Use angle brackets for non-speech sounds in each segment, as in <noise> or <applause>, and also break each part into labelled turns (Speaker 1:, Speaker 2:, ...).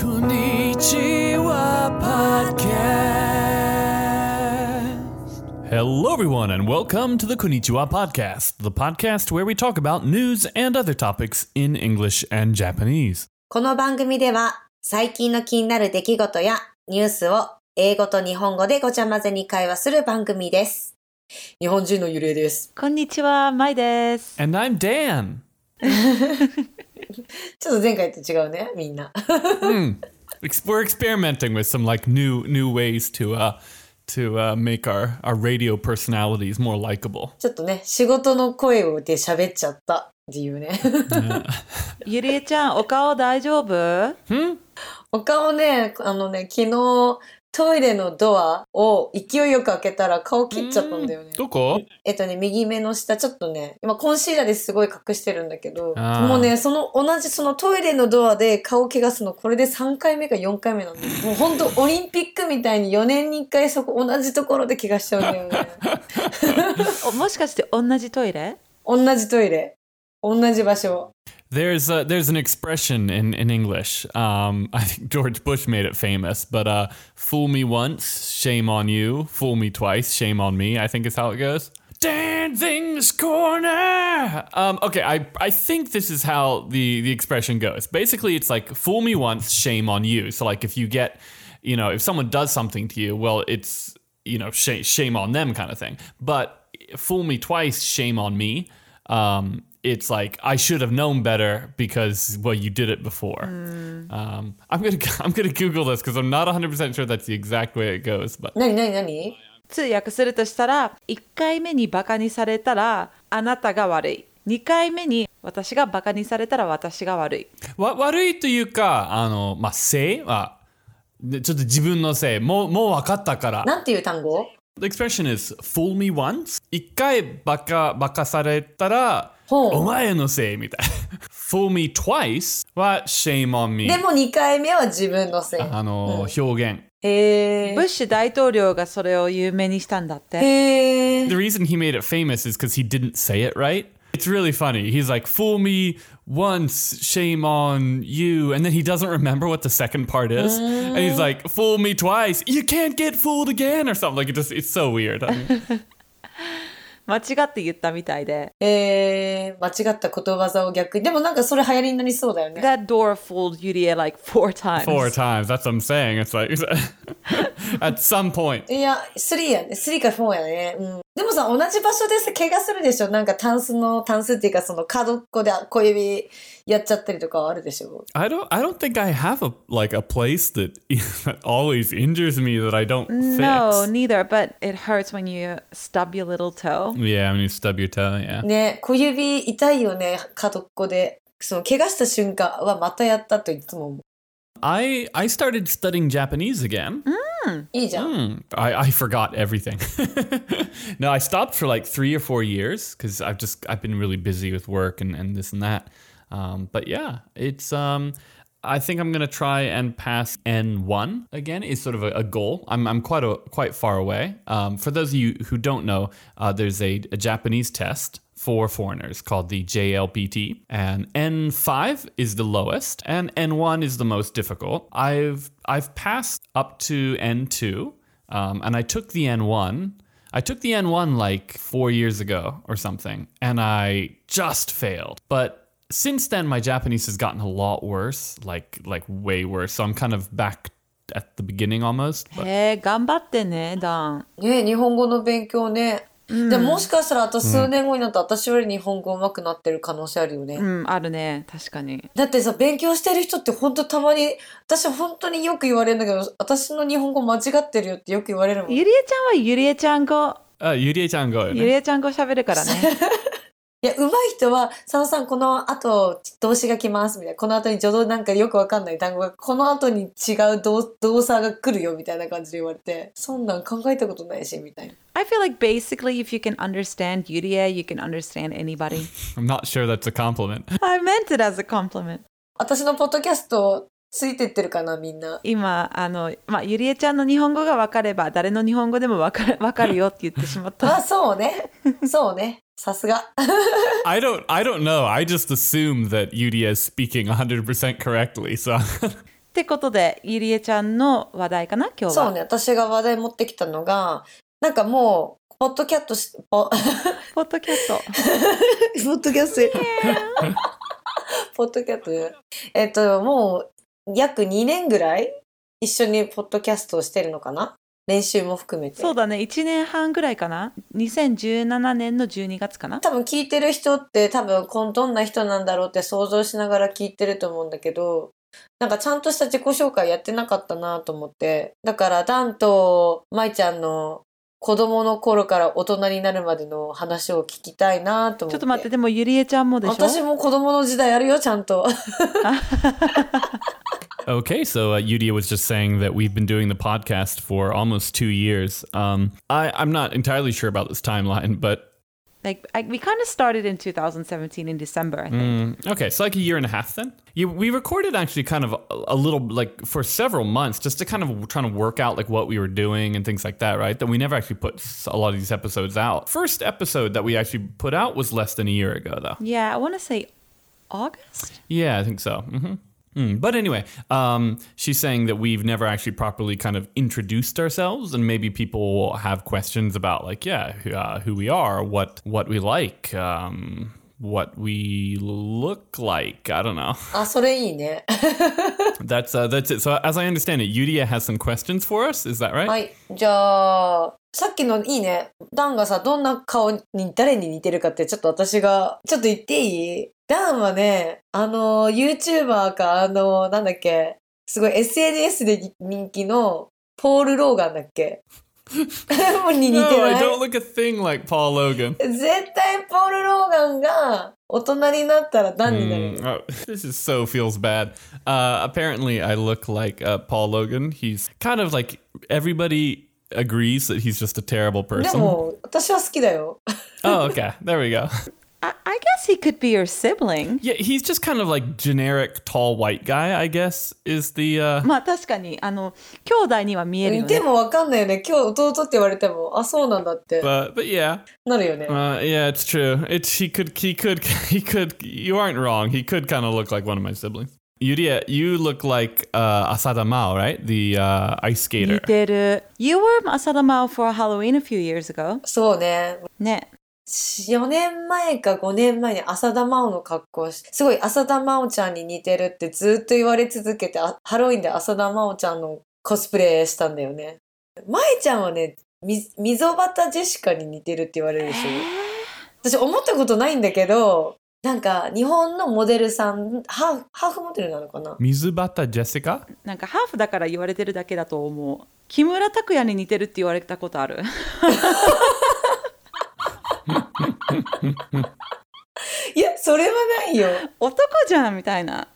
Speaker 1: こんにちは podcast. Hello, everyone, and welcome to the Konnichiwa podcast, the podcast where we talk about news and other topics in English and Japanese.
Speaker 2: この番組では最近の気になる出来事やニュースを英語と日本語でごちゃ混ぜに会話する番組です。日本人のゆれです。
Speaker 3: こんにちは、ま
Speaker 1: <laughs>
Speaker 3: いです。
Speaker 1: And I'm Dan.
Speaker 2: ちょっと前回と違うね、みんな。 <laughs>
Speaker 1: Hmm. Ex- We're experimenting with some like new new ways to uh to uh, make our our radio personalities more
Speaker 2: <laughs>
Speaker 1: likable.
Speaker 2: ちょっとね、仕事の声をで喋っちゃったっていう <laughs> ね。
Speaker 3: ゆりえちゃん、お顔大丈夫
Speaker 1: Hmm?
Speaker 2: お顔ね、あのね、昨日トイレのドアを勢いよく開けたら顔切っちゃ
Speaker 1: Hmm.
Speaker 2: ったんだよね。
Speaker 1: どこ？
Speaker 2: えっとね、右目の下、ちょっとね、今コンシーラーですごい隠してるんだけど、
Speaker 1: あー
Speaker 2: もうね、その同じそのトイレのドアで顔怪我すの、これで3回目か4回目なんだよ。もうほんとオリンピックみたいに4年に1回そこ同じところで怪我しちゃうんだよ
Speaker 1: <laughs>
Speaker 2: ね。
Speaker 3: おもしかして同じトイレ
Speaker 2: 同じトイレ。同じ場所。
Speaker 1: There's a, there's an expression in in English. Um, <laughs> I think George Bush made it famous, but uh, "fool me once, shame on you; fool me twice, shame on me." I think is how it goes. Dancing's corner. Um, okay, I I think this is how the the expression goes. Basically, it's like "fool me once, shame on you." So like if you get, you know, if someone does something to you, well, it's you know sh- shame on them kind of thing. But "fool me twice, shame on me." um, it's like I should have known better because well you did it before. Um, I'm gonna <laughs> I'm gonna Google this because I'm not 100 percent sure that's the exact way it goes. But <laughs>
Speaker 2: なになになに
Speaker 3: 通訳するとしたら、1回目にバカにされたら、あなたが悪い。2回目に私がバカにされたら私が悪い。
Speaker 1: わ悪いというかあのまあせいはでちょっと自分のせいもうもう分かったから。
Speaker 2: なんていう単語
Speaker 1: The expression is fool me once 一回バカバカされたら
Speaker 2: ほう
Speaker 1: お前の <laughs> せいみたいな。fool me twice は shame on me
Speaker 2: でも2回目は自分のせい。
Speaker 1: あの、表現。
Speaker 2: へ
Speaker 3: ブッ
Speaker 2: ー。
Speaker 3: シュ大統領がそれを有名にしたんだって。
Speaker 2: へー。
Speaker 1: The reason he made it famous is because he didn't say it right. It's really funny. He's like, fool me once, shame on you. And then he doesn't remember what the second part is. And he's like, fool me twice, you can't get fooled again, or something. Like, it just, it's so weird. I mean,
Speaker 3: 間違って言ったみたいで。
Speaker 2: えー、間違ったことわざを逆に。でもなんかそれ流行りになりそうだよね。
Speaker 3: That door fooled ゆりえ like four times.
Speaker 1: four times. That's what I'm saying. It's like, <laughs> at some point.
Speaker 2: いや、3やね。3か4やね。うん。でもさ、同じ場所でさ、怪我するでしょなんか、タンスの、タンスっていうか、その、角っこで小指やっちゃったりとかあるでしょ
Speaker 1: I don't, I don't think I have a, like, a place that, <laughs> that always injures me that I don't
Speaker 3: No,
Speaker 1: fix.
Speaker 3: neither, but it hurts when you stub your little toe.
Speaker 1: Yeah, when you stub your toe, yeah.
Speaker 2: ね、小指痛いよね、角っこで。その、怪我した瞬間は、またやったといつも思う。
Speaker 1: I, I started studying Japanese again.
Speaker 2: いいじゃ
Speaker 1: Hmm.
Speaker 2: ん。
Speaker 1: I, I forgot everything. <laughs> no, I stopped for like three or four years because I've just I've been really busy with work and, and this and that. Um, but yeah, it's um, I think I'm gonna try and pass N1 again. Is sort of a, a goal. I'm, I'm quite a, quite far away. Um, for those of you who don't know, uh, there's a, a Japanese test for foreigners called the JLPT. And N5 is the lowest and N1 is the most difficult. I've I've passed up to N2 um, and I took the N1. I took the N1 like 4 years ago or something and I just failed. But since then my Japanese has gotten a lot worse, like like way worse. So I'm kind of back at the beginning almost. But
Speaker 3: へえ、頑張ってね、ダン。
Speaker 2: ね、日本語の勉強ね。でも、もしかしたら、あと数年後になったら、私より日本語上手くなってる可能性あるよね。
Speaker 3: うん、あるね、確かに。
Speaker 2: だってさ、勉強してる人ってほんとたまに、私本当によく言われるんだけど、私の日本語間違ってるよってよく言われるもん。
Speaker 3: ゆりえちゃんはゆりえちゃん語、
Speaker 1: uh, Yurie-chan go.
Speaker 3: ゆりえちゃん語喋るか
Speaker 2: <laughs>
Speaker 3: らね。
Speaker 2: いや、上手い人は、佐野さん、この後、動詞が来ます、みたいな。この後に助動なんかよくわかんない単語が、この後に違う動動作が来るよ、みたいな感じで言われて、そんなん考えたことないし、みたいな。
Speaker 3: I feel like basically if you can understand ゆりえ you can
Speaker 2: <laughs>
Speaker 3: understand anybody.
Speaker 1: I'm not sure that's a compliment.
Speaker 3: I meant it as a compliment.
Speaker 2: 私のポッドキャスト、ついてってるかな、みんな。
Speaker 3: 今、あの、まあ、ゆりえちゃんの日本語が分かれば、誰の日本語でも分か
Speaker 2: <laughs>
Speaker 3: る分かるよって言ってしまった。
Speaker 2: あ、そうね。そうね。さすが。
Speaker 1: I don't I don't know. I just assume that Yudia is speaking 100% correctly. So
Speaker 3: ってことで、ゆりえちゃんの話題かな、今日は。
Speaker 2: そうね、私が話題持ってきたのが、なんかもう、ポッドキャットし、ポ <laughs>
Speaker 3: ポッドキャスト。
Speaker 2: ポッドキャスト、ポッドキャットえっと、もう、約2年ぐらい、一緒にポッドキャストをしてるのかな練習も含めて。
Speaker 3: そうだね、1年半ぐらいかな。2017年の12月かな。
Speaker 2: 多分聞いてる人って多分こんどんな人なんだろうって想像しながら聞いてると思うんだけどなんかちゃんとした自己紹介やってなかったなと思ってだからダンと舞ちゃんの子供の頃から大人になるまでの話を聞きたいなと思っ
Speaker 3: ち
Speaker 2: て
Speaker 3: ょっと待って、でもゆりえちゃんもでしょ
Speaker 2: 私も子供の時代あるよちゃんと
Speaker 1: <laughs> Okay, so uh, Yudia was just saying that we've been doing the podcast for almost two years. Um, I, I'm not entirely sure about this timeline, but
Speaker 3: Like, I, we kind of started in 2017 in December, I think.
Speaker 1: mm, okay, so like a year and a half then. You, we recorded actually kind of a, a little like for several months just to kind of trying to work out like what we were doing and things like that, right? That we never actually put s- a lot of these episodes out. First episode that we actually put out was less than a year ago, though.
Speaker 3: Yeah, I want to say August?
Speaker 1: Yeah, I think so. hmm Mm. But anyway, um, she's saying that we've never actually properly kind of introduced ourselves, and maybe people have questions about like, yeah, who, uh, who we are, what what we like, um, what we look like. I don't know. <laughs>
Speaker 2: あそれいいね <laughs>
Speaker 1: That's uh, that's it. So as I understand it, Yudia has some questions for us. Is that right?
Speaker 2: はいじゃあさっきのいいねダンがさどんな顔に誰に似てるかってちょっと私がちょっと言っていいダンはねあの YouTuber かあのなんだっけすごい SNS で人気のポール・ローガンだっけ <laughs> もうに似
Speaker 1: no,
Speaker 2: てな
Speaker 1: I
Speaker 2: い
Speaker 1: don't look a thing like Paul Logan.
Speaker 2: 絶対ポール・ローガンが大人になったらダンになる、
Speaker 1: Mm, oh, <laughs> this is so feels bad. Uh, apparently, I look like uh, Paul Logan. He's kind of like everybody agrees that he's just a terrible
Speaker 2: で
Speaker 1: person.
Speaker 2: も私は好きだよ
Speaker 1: <laughs> oh, okay. There we go. <laughs>
Speaker 3: I, I guess he could be your sibling.
Speaker 1: Yeah, he's just kind of like generic tall white guy. I guess is the. Uh,
Speaker 3: まあ確かに、あの、兄弟には見えるよ
Speaker 2: で
Speaker 3: ね。
Speaker 2: もわかんないよね今日弟って言われてもあそうなんだって
Speaker 1: but but yeah,
Speaker 2: なるよね
Speaker 1: uh, yeah, it's true. It's he could he could <laughs> he could. You aren't wrong. He could kind of look like one of my siblings. Yuria, you look like uh, Asada Mao, right? The uh, ice
Speaker 3: 似
Speaker 1: skater.
Speaker 3: てる。You were Masada Mao for Halloween a few years ago.
Speaker 2: そうね
Speaker 3: ね。
Speaker 2: 4年前か5年前に浅田真央の格好をしすごい浅田真央ちゃんに似てるってずっと言われ続けてあハロウィンで浅田真央ちゃんのコスプレしたんだよね舞ちゃんはねみ溝端ジェシカに似てるって言われるでしょ私思ったことないんだけどなんか日本のモデルさんハーフハーフモデルなのかな
Speaker 1: Mizubata Jessica.
Speaker 3: なんかハーフだから言われてるだけだと思う。木村拓哉に似てるって言われたことある。 <laughs>
Speaker 2: いやそれはないよ
Speaker 3: 男じゃんみたいな。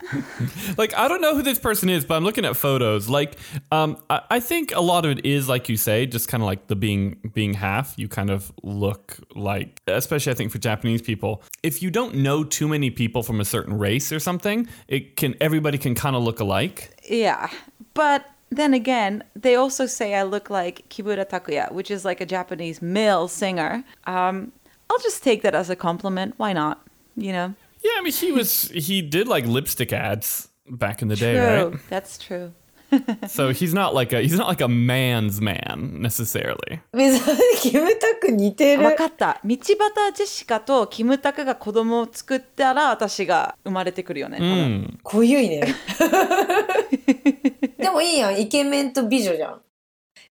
Speaker 1: like I don't know who this person is, but I'm looking at photos. Like, um, I, I think a lot of it is like you say, just kind of like the being being half. You kind of look like, especially I think for Japanese people, if you don't know too many people from a certain race or something, it can everybody can kind of look alike.
Speaker 3: Yeah. But then again, they also say I look like Kibura Takuya, which is like a Japanese male singer. Um, I'll just take that as a compliment. Why not? You know?
Speaker 1: Yeah, I mean, he was he did like lipstick ads back in the day,
Speaker 3: True.
Speaker 1: right?
Speaker 3: That's true.
Speaker 1: So he's not like a he's not like a man's man necessarily.
Speaker 2: 水キムタク似てる
Speaker 3: わかった。道端ジェシカとキムタクが子供を作ったら私が生まれてくるよね。多分
Speaker 1: Hmm.
Speaker 2: 濃ゆい
Speaker 3: <laughs>
Speaker 2: ね。でもいいやん。イケメンと美女じゃん。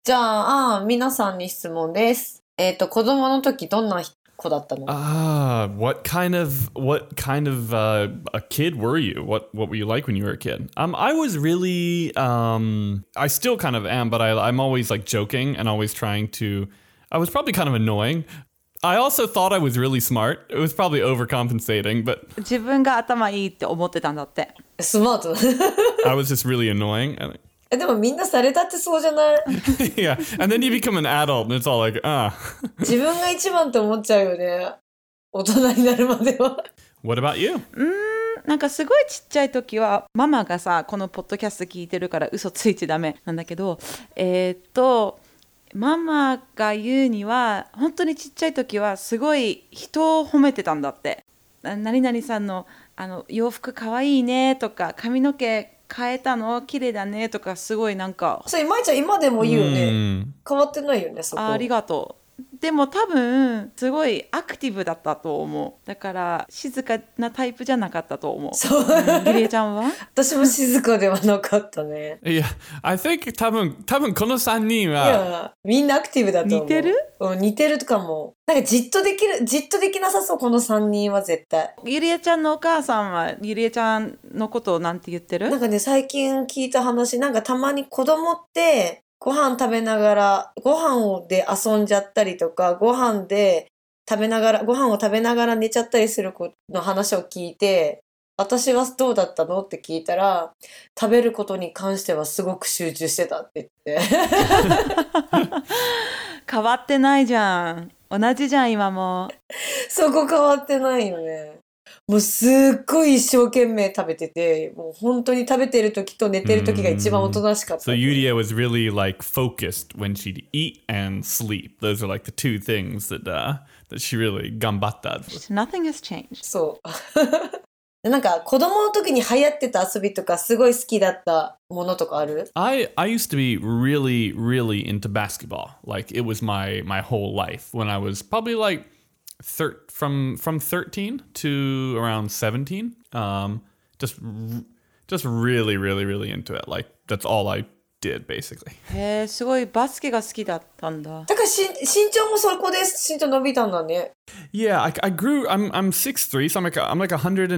Speaker 2: じゃあ、あー皆さんに質問です。えっ、と、子供の時どんな子だったの
Speaker 1: Ah, what kind of what kind of uh, a kid were you? What what were you like when you were a kid? Um, I was really um, I still kind of am, but I, I'm always like joking and always trying to. I was probably kind of annoying. I also thought I was really smart. It was probably overcompensating, but
Speaker 3: 自分が頭いいって思ってたんだって。
Speaker 2: スマート。
Speaker 1: I was just really annoying. And-
Speaker 2: <laughs>
Speaker 1: <laughs>
Speaker 2: えでもみんなされたってそうじゃない
Speaker 1: yeah, and then you become an adult, and it's all like, ah,
Speaker 2: 自分が一番って思っちゃうよね。大人になるまでは。
Speaker 1: what about you?
Speaker 3: なんかすごいちっちゃい時はママがさこのポッドキャスト聞いてるから嘘ついちゃダメなんだけどえーっとママが言うには本当にちっちゃい時はすごい人を褒めてたんだってな何々さんのあの洋服かわいいねとか髪の毛変えたの綺麗だねとかすごいなんか
Speaker 2: それ、まいちゃん今でも言うよ
Speaker 1: う
Speaker 2: ね。
Speaker 1: ん
Speaker 2: 変わってないよね、そこ。
Speaker 3: あありがとうでも多分すごいアクティブだったと思うだから静かなタイプじゃなかったと思う
Speaker 2: そう。 <laughs>
Speaker 3: リレイちゃんは
Speaker 2: 私も静かではなかったね。
Speaker 1: いや、I think 多分、多分この3人
Speaker 2: い
Speaker 1: は、
Speaker 2: や、みんなアクティブだと思う。
Speaker 3: 似てる
Speaker 2: うん、似てるとかも。なんかじっとできる、じっとできなさそう、この3人は絶対。
Speaker 3: ゆりえちゃんのお母さんはゆりえちゃんのことをなんて言って
Speaker 2: なん
Speaker 3: る
Speaker 2: かね、最近聞いた話、なんかたまに子供って、ご飯食べながら、ご飯で遊んじゃったりとか、ご飯で食べながら、ご飯を食べながら寝ちゃったりする子の話を聞いて、私はどうだったのって聞いたら、食べることに関してはすごく集中してたって言って。
Speaker 3: 変わってないじゃん同じじゃん今も
Speaker 2: そこ変わってないよね。もうすっごい一生懸命食べてて、もう本当に食べてる時と寝てる時が一番おとなしかった。
Speaker 1: So Yulia was really like focused when she'd eat and sleep. Those are like the two things that uh, that she really gambatta. with.
Speaker 3: Nothing has changed
Speaker 2: そう。 <laughs> なんか子供の時に流行ってた遊びとかすごい好きだったものとかある
Speaker 1: I I used to be really really into basketball. Like it was my my whole life when I was probably like thir- from from 13 to around 17. Um just r- just really really really into it. Like that's all I did basically.
Speaker 3: へえすごいバスケが好きだったんだ
Speaker 2: だからし身長もそこで身長伸びたんだね。
Speaker 1: Yeah, I, I grew. I'm I'm six three, so I'm like I'm like 192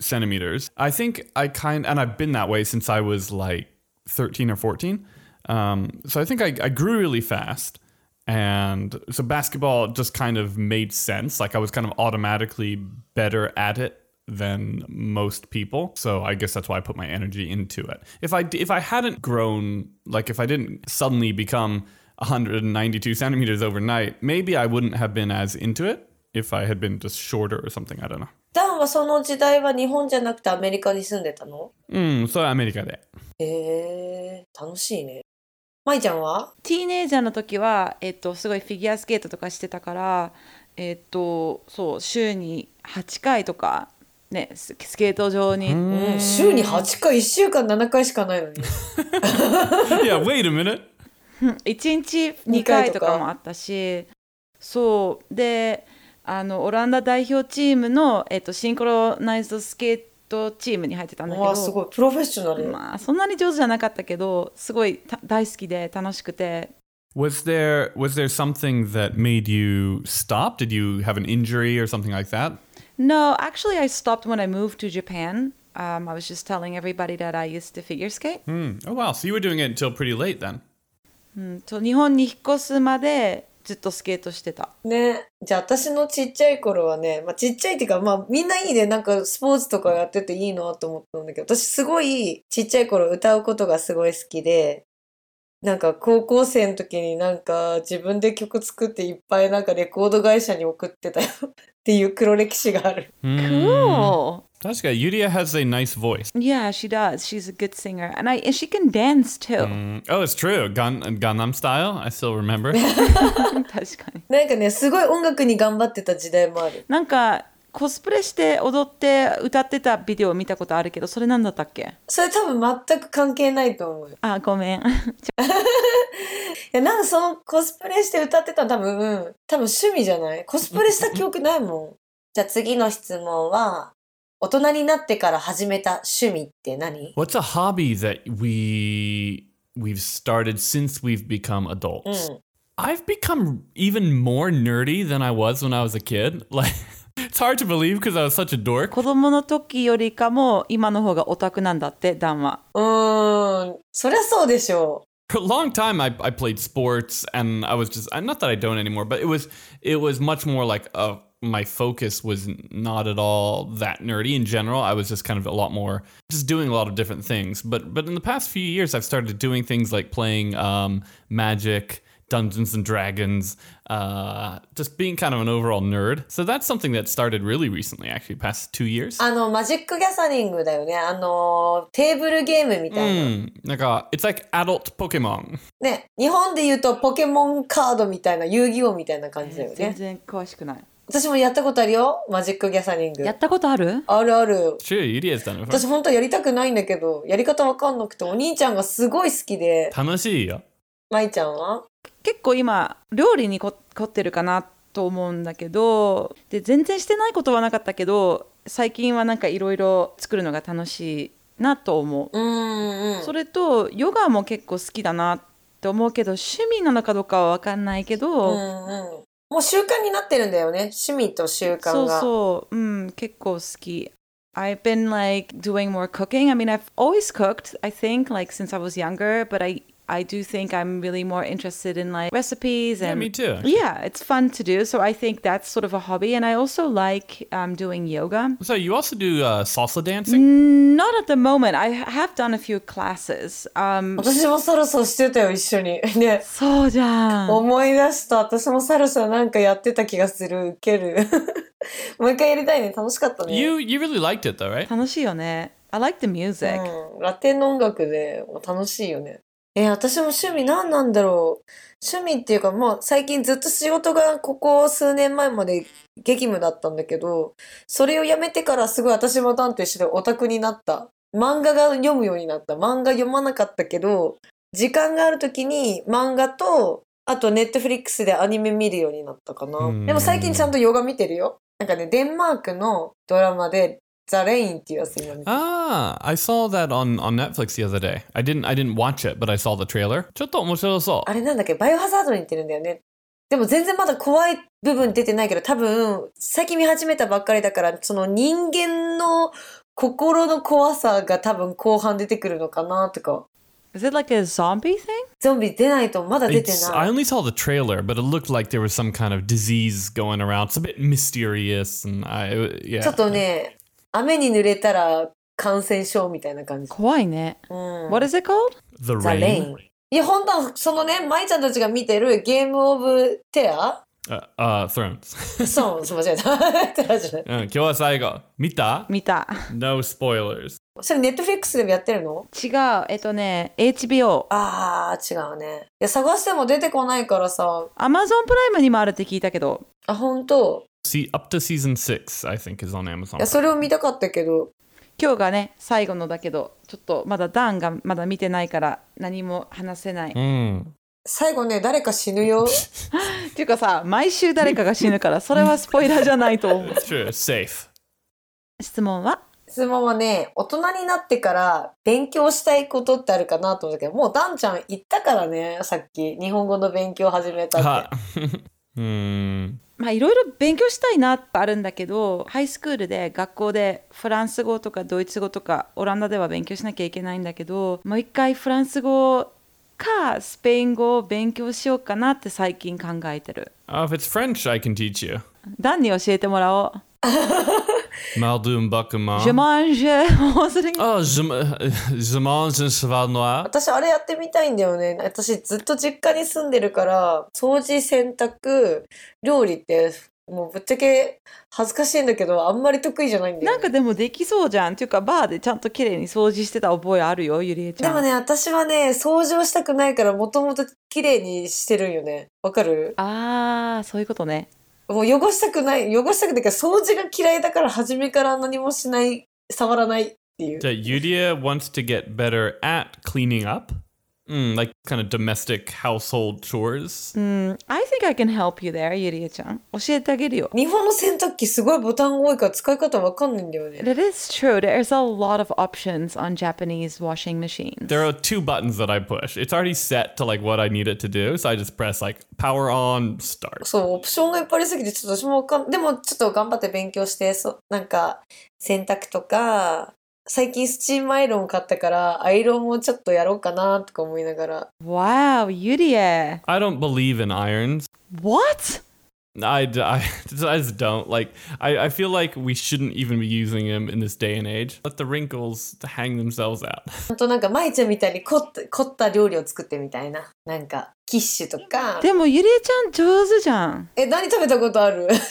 Speaker 1: centimeters. I think I kind and I've been that way since I was like 13 or 14. Um, so I think I, I grew really fast, and so basketball just kind of made sense. Like I was kind of automatically better at it than most people. So I guess that's why I put my energy into it. If I d- if I hadn't grown, like if I didn't suddenly become 192 centimeters overnight, maybe I wouldn't have been as into it if I had been just shorter or something. I don't know.
Speaker 2: ダンはその時代は日本じゃなくてアメリカに住んでたの
Speaker 1: Mm, so America
Speaker 2: へえ楽しいね。舞ちゃんは
Speaker 3: ティーネイジャーの時は、えっと、すごいフィギュアスケートとかしてたから、えっと、そう週に8回とか、ね、ススケート場に、
Speaker 2: うん、週に8回、1週間7回しかないのに。
Speaker 1: <laughs> yeah, wait a minute.
Speaker 3: 1日2
Speaker 2: 二
Speaker 3: 回
Speaker 2: 回
Speaker 3: と
Speaker 2: とか
Speaker 3: かもあったしそうであのオランダ代表チームの、えっと、シンクロナイズドスケートチームに入ってたんだけ
Speaker 2: わあ、す
Speaker 3: ど
Speaker 2: ごい。プロフェッショナル。
Speaker 3: まあそんなに上手じゃなかったけどすごいた大好きで楽しくて
Speaker 1: Was there was there something that made you stop? Did you have an injury or something like that?
Speaker 3: No, actually, I stopped when I moved to Japan. Um, I was just telling everybody that I used to figure skate.
Speaker 1: Hmm. Oh wow. So you were doing it until pretty late then.
Speaker 3: うんと日本に引っ越すまでずっとスケートしてた。
Speaker 2: ね、じゃあ私のちっちゃい頃はね、まあ、ちっちゃいっていうか、まあ、みんないいねなんかスポーツとかやってていいなと思ったんだけど私すごいちっちゃい頃歌うことがすごい好きでなんか高校生の時になんか自分で曲作っていっぱいなんかレコード会社に送ってたよ <laughs> っていう黒歴史がある。
Speaker 3: Cool.
Speaker 1: That's good. Yulia Hmm. has a nice voice.
Speaker 3: Yeah, she does. She's a good singer, and I and she can dance too.
Speaker 1: Mm, Oh, it's true. Gan- Gangnam Style. I still remember.
Speaker 3: <laughs> 確かに。
Speaker 2: なんかねすごい音楽に頑張ってた時代もある。
Speaker 3: なんかコスプレして踊って歌ってたビデオを見たことあるけど、それなんだったっけ？
Speaker 2: それ多分全く関係ないと思うよ。
Speaker 3: あ、ごめん。
Speaker 2: いやなんかそのコスプレして歌ってたの多分、うん多分趣味じゃないコスプレした記憶ないも <laughs> ん。じゃあ次の質問は、大人になってから始めた趣味って何
Speaker 1: What's a hobby that we we've started since we've become
Speaker 2: う
Speaker 1: adults?
Speaker 2: ん。
Speaker 1: I've become even more nerdy than I was when I was a kid. <laughs> Like it's hard to believe because I was such a dork.
Speaker 3: <laughs> 子供の時よりかも今の方がオタクなんだって、ダンは。
Speaker 2: うーん。そりゃそうでしょ
Speaker 1: For a long time I, I played sports and I was just and not that I don't anymore, but it was it was much more like uh my focus was not at all that nerdy in general. I was just kind of a lot more just doing a lot of different things. But but in the past few years I've started doing things like playing um magic Dungeons and Dragons, uh, just being kind of an overall nerd. So that's something that started really recently, actually, past two years.
Speaker 2: う。あの、マジックギャサリングだよね。あの、テーブルゲームみたいな。
Speaker 1: Mm, like uh, it's like adult Pokemon.
Speaker 2: ね。日本で言うとポケモンカードみたいな、遊戯王みたいな感じだよ
Speaker 3: 全
Speaker 2: ね。
Speaker 3: 然詳しくない。
Speaker 2: 私もやったことあるよ。マジックギャザリング
Speaker 3: や。ったことある
Speaker 2: あるある。
Speaker 1: Sure, you did that
Speaker 2: <laughs> 私本当はやりたくないんだけど、やり方わかんなくて、お兄ちゃんがすごい好きで、
Speaker 1: 楽しいよ。
Speaker 2: 舞ちゃんは
Speaker 3: 結構今料理にこ凝ってるかなと思うんだけどで全然してないことはなかったけど最近はなんかいろいろ作るのが楽しいなと思
Speaker 2: う
Speaker 3: う
Speaker 2: ーんうん。
Speaker 3: それとヨガも結構好きだなって思うけど趣味なのかどうかは分かんないけ
Speaker 2: う
Speaker 3: ど、
Speaker 2: んうん。もう習慣になってるんだよね。趣味と習慣が。
Speaker 3: そうそう、うん、結構好き。I've been like doing more cooking. I mean, I've always cooked, I think, like since I was younger, but I I do think I'm really more interested in like recipes
Speaker 1: Yeah,
Speaker 3: and
Speaker 1: me too.
Speaker 3: Yeah, it's fun to do. So I think that's sort of a hobby, and I also like um, doing yoga.
Speaker 1: So you also do uh, salsa dancing?
Speaker 3: Not at the moment. I have done a few classes. Um,
Speaker 2: 私もサルサしてたよ、一緒に。 <laughs> ね。
Speaker 3: そうじゃん。
Speaker 2: 思い出した。私もサルサなんかやってた気がする。ウケる。 <laughs> もう一回やりたいね。楽しかったね。
Speaker 1: You you really liked it though, right?
Speaker 3: 楽しいよね。I like the music.
Speaker 2: うん、ラテンの音楽で楽しいよね。えー私も趣味何なんだろう。趣味っていうか、まあ最近ずっと仕事がここ数年前まで激務だったんだけど、それをやめてからすごい私もタンと一緒でオタクになった。漫画が読むようになった。漫画読まなかったけど、時間がある時に漫画と、あとネットフリックスでアニメ見るようになったかな
Speaker 1: うん。
Speaker 2: でも最近ちゃんとヨガ見てるよ。なんかね、デンマークのドラマで、ザ・レインっていうやつ今見てる
Speaker 1: Ah, I saw that on, on Netflix the other day. I didn't I didn't watch it, but I saw the trailer. ちょっと面白そう。
Speaker 2: あれなんだっけバイオハザードに似てるんだよね。でも全然まだ怖い部分出てないけど、多分、最近見始めたばっかりだから、その人間の心の怖さが多分後半出てくるのかなとか。
Speaker 3: Is it like a zombie thing?
Speaker 2: ゾンビ出ないとまだ出て
Speaker 1: It's- I
Speaker 2: ない。
Speaker 1: only saw the trailer, but it looked like there was some kind of disease going around. It's a bit mysterious, and I yeah.
Speaker 2: ちょっとね、雨に濡れたら感染症みたいな感じ。
Speaker 3: 怖いね。
Speaker 2: うん。
Speaker 3: What is it called?
Speaker 1: the
Speaker 2: The
Speaker 1: rain.
Speaker 2: Rain。いや、本当はそのね、舞ちゃんたちが見てるゲームオブテ <laughs> ア
Speaker 1: Uh, uh, Thrones. <laughs>
Speaker 2: そう、すいま <laughs> せん。テラじゃな
Speaker 1: Uh,
Speaker 2: い
Speaker 1: 今日は最後。見た？
Speaker 3: 見た。
Speaker 1: No spoilers.
Speaker 2: それネットフリックスでもやってるの
Speaker 3: 違う。えっとね、HBO。
Speaker 2: あー、違うね。いや、探しても出てこないからさ。
Speaker 3: Amazon プライムにもあるって聞いたけど。
Speaker 2: あ、本当。
Speaker 1: See, up to season six, I think, is on
Speaker 2: い
Speaker 1: Amazon.
Speaker 2: や、それを見たかったけど。
Speaker 3: 今日がね、最後のだけど、ちょっとまだダンがまだ見てないから何も話せない。
Speaker 1: Mm.
Speaker 2: 最後ね、誰か死ぬよ。
Speaker 3: っていうかさ、毎週誰かが死ぬから、それはスポイラーじゃないと
Speaker 1: <laughs>
Speaker 3: 思う。
Speaker 1: It's true. It's safe.
Speaker 3: 質問は
Speaker 2: 質問はね、大人になってから勉強したいことってあるかなと思ったけど、もうダンちゃん言ったからね、さっき。日本語の勉強始めたって。
Speaker 1: <laughs> mm.
Speaker 3: まあいろいろ勉強したいなってあるんだけどハイスクールで学校でフランス語とかドイツ語とかオランダでは勉強しなきゃいけないんだけどもう一回フランス語かスペイン語を勉強しようかなって最近考えてる
Speaker 1: Uh, if it's French, I can teach you.
Speaker 3: ダンに教えてもらおう
Speaker 1: Maldoum
Speaker 3: ジュ
Speaker 1: Bakuma.
Speaker 3: マンジュもうそれ
Speaker 1: Oh, je, <laughs> je mange un cheval noir.
Speaker 2: 私、あれやってみたいんだよね。私、ずっと実家に住んでるから、掃除、洗濯、料理って、もうぶっちゃけ恥ずかしいんだけど、あんまり得意じゃないんだよ、ね。
Speaker 3: なんかでもできそうじゃんっていうかバーでちゃんと綺麗に掃除してた覚えあるよゆりえち
Speaker 2: で
Speaker 3: ゃん
Speaker 2: もね、私はね、掃除をしたくないから、もともと綺麗にしてるんよね。わかる
Speaker 3: ああそういうことね
Speaker 2: もう汚したくない、汚したくないから、掃除が嫌いだから、初めから何もしない、触らないっていう。
Speaker 1: That Yudia wants to get better at cleaning up, mm, like kind of domestic household chores.
Speaker 3: うん I think I can help you there ゆりえちゃん教えてあげるよ
Speaker 2: 日本の洗濯機すごいボタン多いから使い方わかんないんだよね。
Speaker 3: That is true. There's a lot of options on Japanese washing machines.
Speaker 1: There are two buttons that I push. It's already set to like what I need it to do, so I just press like power on, start.
Speaker 2: そう、オプションがいっぱいありすぎて、ちょっと私もわかん、でもちょっと頑張って勉強して、そなんか、洗濯とか、最近スチームアイロンを買ったから、アイロンもちょっとやろうかなとか思いながら。
Speaker 3: Wow, Yurie.
Speaker 1: I don't believe in irons.
Speaker 3: What?
Speaker 1: I, d- I- <laughs> I just don't like. I, I feel like we shouldn't even be using them in this day and age. Let the wrinkles hang themselves out.
Speaker 2: ほんとなんか、舞ちゃんみたいに凝った凝った料理を作ってみたいな。なんか、キッシュとか。
Speaker 3: でもゆりえちゃん上手じゃん
Speaker 2: え、何食べたことある <laughs> 何食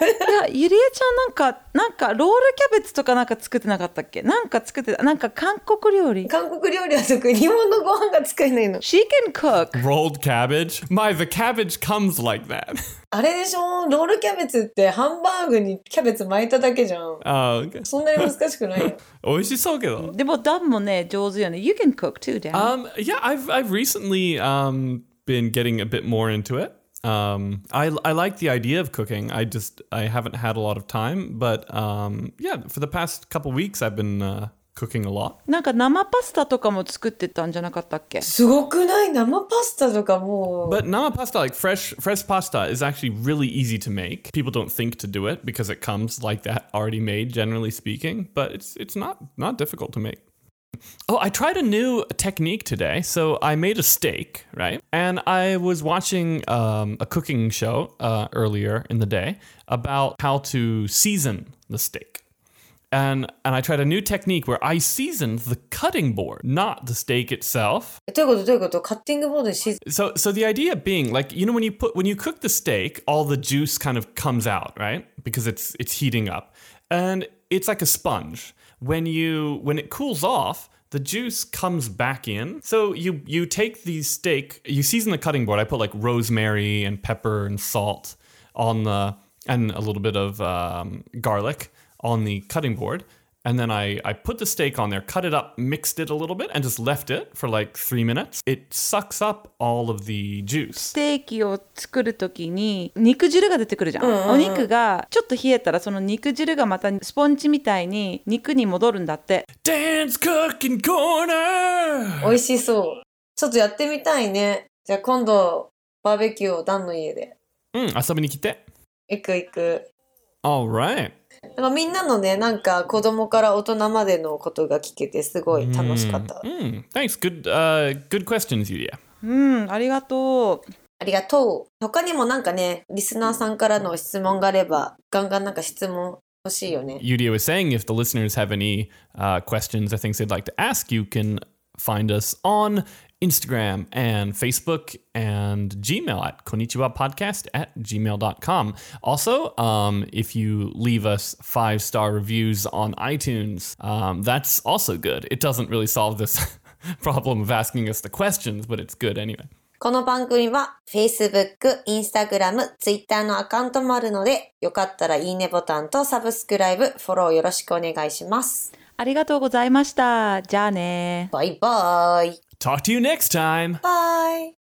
Speaker 2: べた
Speaker 3: いやゆりえちゃんなんかなんかロールキャベツとかなんか作ってなかったっけなんか作ってたなんか韓国料理
Speaker 2: 韓国料理は特に日本のご飯が作れないの。
Speaker 3: She can cook
Speaker 1: Rolled cabbage. My, the cabbage comes like that. <laughs>
Speaker 2: あれでしょロールキャベツってハンバーグにキャベツ巻いただけじゃん。
Speaker 1: Oh, okay.
Speaker 2: そんなに難しくないよ。
Speaker 1: 美味しそうけど。
Speaker 3: でもダンもね上手よね You can cook too Dan、
Speaker 1: Um, yeah, I've I've recently um been getting a bit more into it. Um, I I like the idea of cooking. I just I haven't had a lot of time, but um, yeah, for the past couple weeks I've been uh, cooking a lot.
Speaker 3: なんか生パスタとかも作ってたんじゃなかったっけ
Speaker 2: すごくない生パスタとかもう。
Speaker 1: But nama pasta, like fresh fresh pasta, is actually really easy to make. People don't think to do it because it comes like that already made, generally speaking. But it's it's not not difficult to make. Oh, I tried a new technique today. So I made a steak, right? And I was watching um, a cooking show uh, earlier in the day about how to season the steak. And, and I tried a new technique where I seasoned the cutting board, not the steak itself.
Speaker 2: どういうことどういうことカッティングボードにシーズ
Speaker 1: So so the idea being like you know when you put when you cook the steak, all the juice kind of comes out, right? Because it's it's heating up. And it's like a sponge. When you when it cools off, the juice comes back in. So you you take the steak, you season the cutting board. I put like rosemary and pepper and salt on the and a little bit of um, garlic on the cutting board. And then I, I put the steak on there, cut it up, mixed it a little bit, and just left it for like three minutes. It sucks up all of the juice.
Speaker 3: ステーキを作るときに肉汁が出てくるじゃん,、お肉がちょっと冷えたらその肉汁がまたスポンジみたいに肉に戻るんだって
Speaker 1: Dan's Cooking Corner!
Speaker 2: ン。美味しそう。ちょっとやってみたいね。じゃあ今度、バーベキューをダンの家で。
Speaker 1: Mm, asabini
Speaker 2: 行く行く。
Speaker 1: All right.
Speaker 2: なんかみんなのね、なんか子供から大人までのことが聞けてすごい楽しかった。
Speaker 1: Mm, thanks. Good uh, good questions, Yulia.
Speaker 3: うんありがとう
Speaker 2: ありがとう。他にもなんかね、リスナーさんからの質問があれば、ガンガンなんか質問欲しいよね。
Speaker 1: Yulia was saying if the listeners have any uh, questions or things they'd like to ask, you can find us on Instagram and Facebook and Gmail at konnichiwa podcast at gmail.com. Also, um, if you leave us five star reviews on iTunes, um, that's also good. It doesn't really solve this <laughs> problem of asking us the questions, but it's good anyway.
Speaker 2: この番組は Facebook、Instagram、Twitter のアカウントもあるので、よかったらいいねボタンとサブスクライブ、フォローよろしくお願いします。
Speaker 3: ありがとうございましたじゃあね
Speaker 2: バイバイ。
Speaker 1: Talk to you next time.
Speaker 2: バイ。